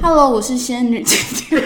Hello，我是仙女今天。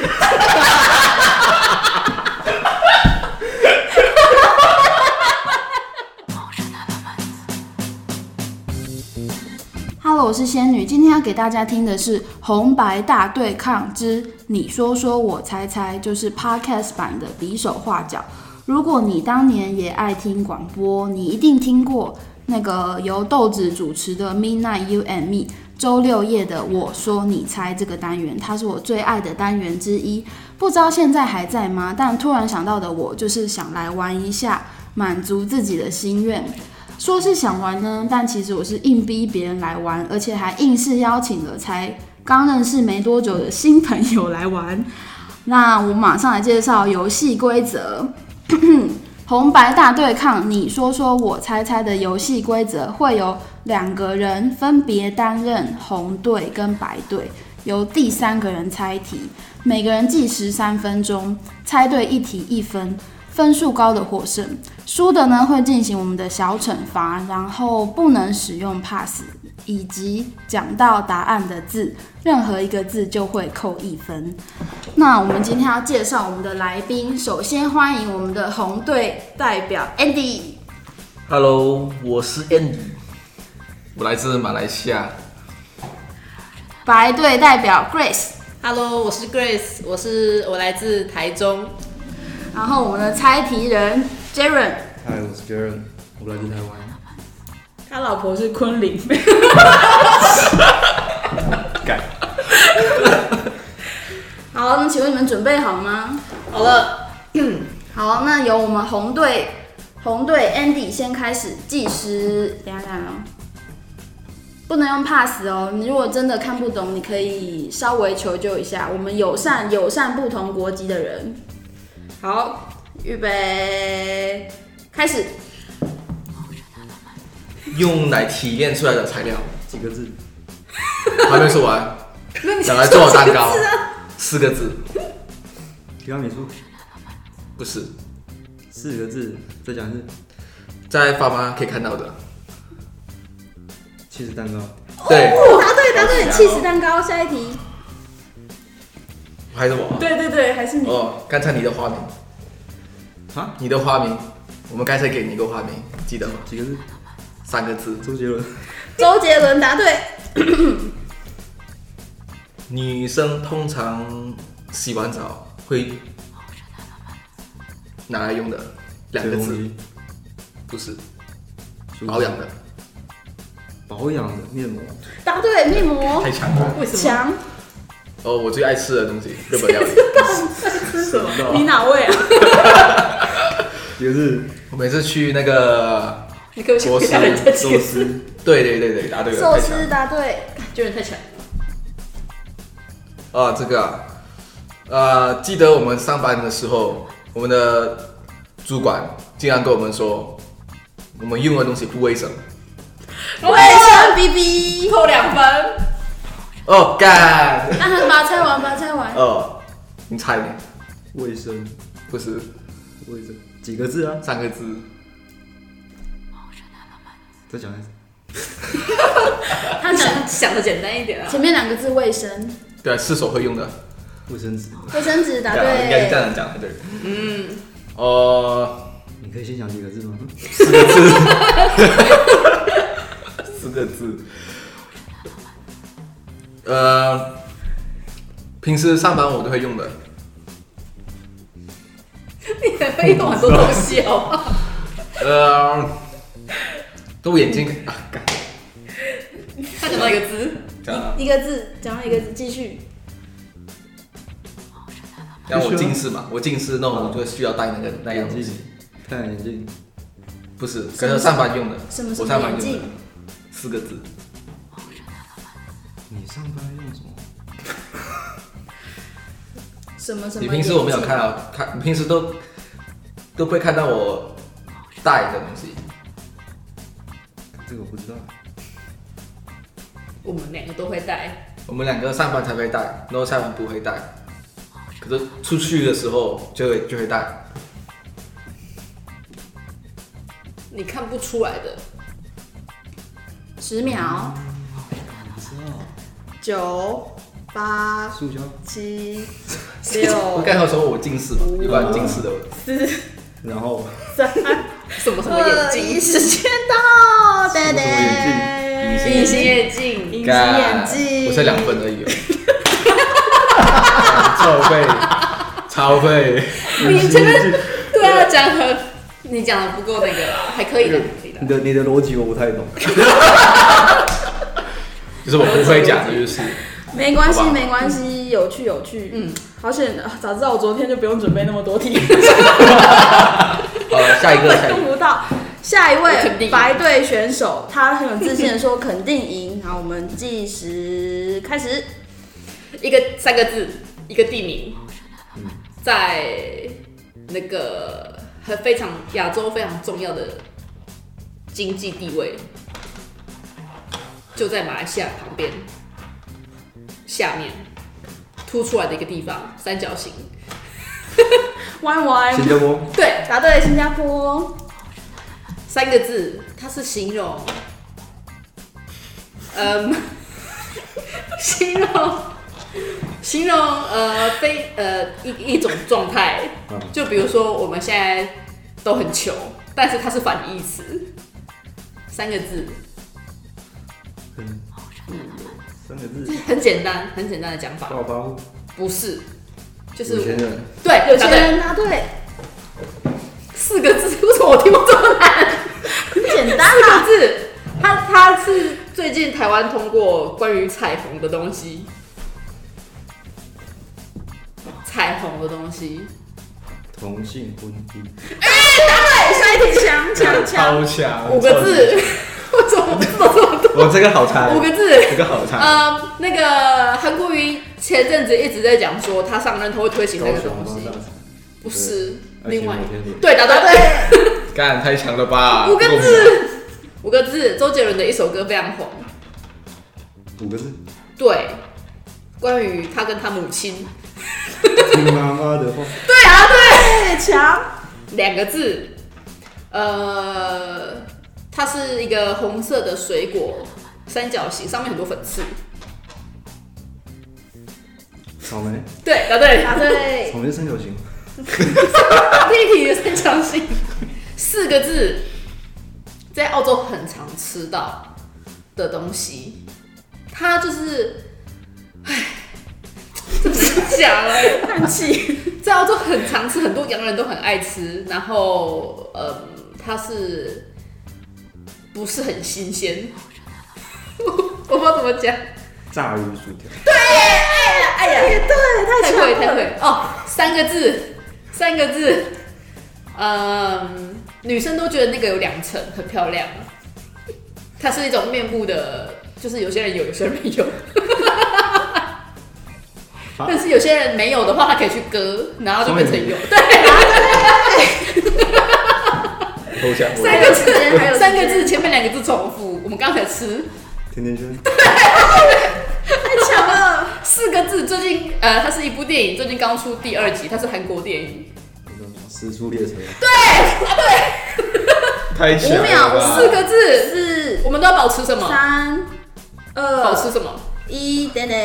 Hello，我是仙女，今天要给大家听的是《红白大对抗之你说说我猜猜》，就是 Podcast 版的比手画脚。如果你当年也爱听广播，你一定听过那个由豆子主持的《Midnight You and Me》。周六夜的我说你猜这个单元，它是我最爱的单元之一。不知道现在还在吗？但突然想到的我，就是想来玩一下，满足自己的心愿。说是想玩呢，但其实我是硬逼别人来玩，而且还硬是邀请了才刚认识没多久的新朋友来玩。那我马上来介绍游戏规则。 红白大对抗，你说说我猜猜的游戏规则会有两个人分别担任红队跟白队，由第三个人猜题，每个人计时三分钟，猜对一题一分，分数高的获胜。输的呢会进行我们的小惩罚，然后不能使用 pass，以及讲到答案的字，任何一个字就会扣一分。那我们今天要介绍我们的来宾，首先欢迎我们的红队代表 Andy。 Hello，我是 Andy，我来自马来西亚。白队代表 Grace， Hello，我是 Grace，我是我来自台中。然后我们的猜题人 Jaren，嗨，我是 Jaren，我来自台湾。他老婆是昆凌。好，那请问你们准备好吗？好了，好，那由我们红队红队 Andy 先开始计时，等一下等一下哦，不能用 pass 哦。你如果真的看不懂，你可以稍微求救一下，我们友善友善不同国籍的人。好，预备，开始。用奶提炼出来的材料，几个字？ 还没说完，那你拿来做蛋糕，啊四个字，提纲美术，不是，四个字，再讲一次。在爸妈可以看到的，哦气质蛋糕，对，哦，答对答对，气死蛋糕。下一题。还是我啊。对对对，还是你。哦，刚才你的花名，哈，你的花名，我们刚才给你一个花名，记得吗？几个字？三个字，周杰伦，周杰伦答对。女生通常洗完澡会哦拿来用的，两个吹风字，机不是梳子 保养的，保养的面膜，答对，面膜太强了。为什么？强。哦，我最爱吃的东西，日本料理。是什么知道？啊你哪位啊？几个字？我每次去那个，你可不可以我回 是答人家这寿个？司，对对对对，答对了，寿太强司了答对。就人太强。啊！这个啊，呃，记得我们上班的时候，我们的主管经常跟我们说，我们用的东西不卫生。卫生 BB。扣两分。哦，干！啊，把它猜完，把它猜完。哦，你猜呢？卫生，不是卫生，几个字啊？三个字，再讲一次。他他想想想的简单一点啊。前面两个字卫生，对，厕所会用的。卫生纸，卫生纸答啊应该是这对。样讲才对。嗯。哦，你可以先讲几个字吗？四个字。呃，平时上班我都会用的。你还会用很多东西哦好不好？呃，都眼睛啊，干 他讲到一个字，这样啊，一个字，讲到一个字，继续。然后我近视嘛，我近视，那我就需要戴那个那样眼东镜西，，太阳眼镜，不是，可是上班用的，什么什我么上班眼用的镜？，四个字，你上班用什么？什么什么？你平时我没有看。到，看你平时都都不会看到我戴的东西，这个我不知道。我们两个都会带。我们两个上班才会戴，然后下班不会戴，可是出去的时候就会就会戴，你看不出来的，十秒，不知道，九，八塑胶七 我六刚才有说我近视嘛，一般近视的然后三什么什么眼呃，镜一，时间到，什么对什么眼对，呃隐形眼镜，隐形眼干镜，我才两分而已哦， 超费，超费，你这个对啊，讲和你讲的不够那个啦，还可以的，可以的你。的你的逻辑我不太懂，就是我不会讲的，就是没关系好吧没关系，有趣有趣，嗯嗯，好险，啊早知道我昨天就不用准备那么多题，好了，下一个，下一用个，不到。下一我肯定位赢白队选手，他很有自信的说肯定赢，然后我们计时开始。一个三个字，一个地名，在那个很非常亚洲非常重要的经济地位，就在马来西亚旁边下面凸出来的一个地方，三角形。弯弯，新加坡对，答对，新加坡。三个字，它是形容，嗯， 形容形容呃非呃一一种状态嗯，就比如说我们现在都很穷，但是它是反义词，三个字，三个字，很简单，很简单的讲法，暴发户，不是，就是哦有钱人，对，有答钱对人答对，四个字，为什么我听不这么难？很简单四啦。个字，它它是最近台湾通过关于彩虹的东西，彩虹的东西，同性婚姻，对，下一题强强强。超强五个字， 我怎么知道这么多？我这个好猜，五个字，这个好猜，呃，那个韩国瑜前阵子一直在讲说他上任他会推行那高个雄东帮西大，厂，不是而且另外摩天轮对答啊答对对，干太强了吧？五个不够我们，字，五个字，周杰伦的一首歌非常红，五个字，对，关于他跟他母亲，听妈妈的话，对啊对。对哎强。两个字，呃，它是一个红色的水果，三角形，上面很多粉刺。草莓，对，答对，答对，草莓是三角形，立体的三角形。四个字，在澳洲很常吃到的东西，它就是，唉，这不是讲了。叹气。在澳洲很常吃，很多洋人都很爱吃。然后，嗯，它是呃不是很新鲜？ 我不知道怎么讲，炸鱼薯条，哎呀，也对，太太会强太了。会哦，三个字，三个字，嗯，女生都觉得那个有两层，很漂亮。它是一种面部的，就是有些人有，有些人没有。但是有些人没有的话，他可以去割，然后就变成有。投降三我。个字还有时间还有，时间三个字，前面两个字重复。我们刚才吃甜甜圈，太强了。四个字，最近呃，它是一部电影，最近刚出第二集，它是韩国电影。时速列车，太强了吧五秒啊四个字，四、我们都要保持什么？三、保二、持什么？一，等等，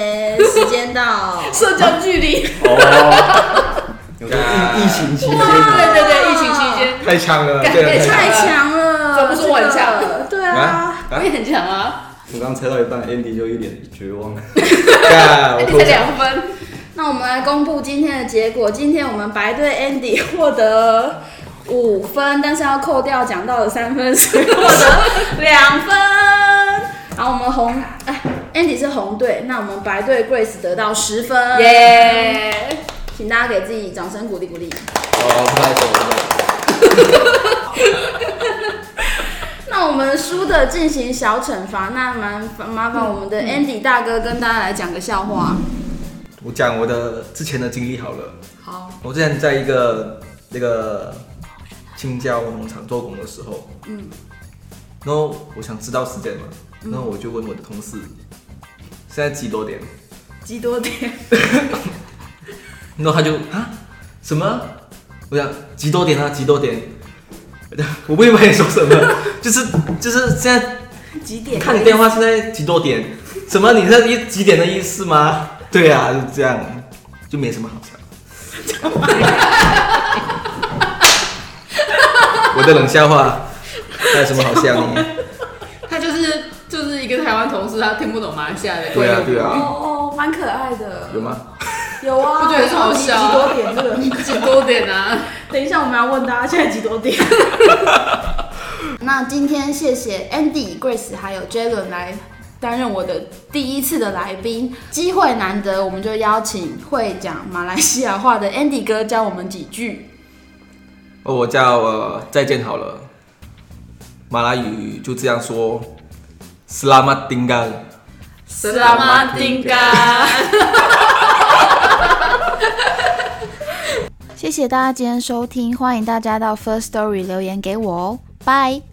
时间到。社交距离。哦，有时候疫疫情期间啊， 对对对，疫情期间，太强了，干这个太强哎太强了，怎么说我很强这个对啊，啊我也很强啊，我刚猜到一半，Andy 就一脸绝望，干，哎我你才投降。两分，那我们来公布今天的结果。今天我们白队 Andy 获得五分，但是要扣掉讲到的三分，所以获得两分。然后我们红哎，Andy 是红队，那我们白队 Grace 得到十分，！耶！请大家给自己掌声鼓励鼓励。哦，不太懂，不太懂那我们输的进行小惩罚，那蛮麻烦我们的 Andy 大哥跟大家来讲个笑话。我讲我的之前的经历好了。好，我之前在一个那个青椒农场做工的时候，嗯，然后我想知道时间嘛，然后我就问我的同事，现在几多点？几多点？然后他就啊什么？我想几多点啊？几多点？我不明白你说什么，就是就是现在几点？看你电话现在几多点？什么？你那一几点的意思吗？ 对啊，就这样，就没什么好笑。 我的冷笑话，还有什么好笑呢？他就是就是一个台湾同事，他听不懂马来西亚的 对啊，对哦啊，哦，蛮可爱的，有吗？有啊，不觉得很好笑几多点这个？几多点啊？ 等一下我们要问大家现在几多点？那今天谢谢 Andy、Grace 还有 Jalen 来担任我的第一次的来宾，机会难得，我们就邀请会讲马来西亚话的 Andy 哥教我们几句。哦，我叫呃，再见好了。马来语就这样说，Selamat tinggal。啊 Selamat tinggal。谢谢大家今天收听，欢迎大家到 First Story 留言给我哦，拜。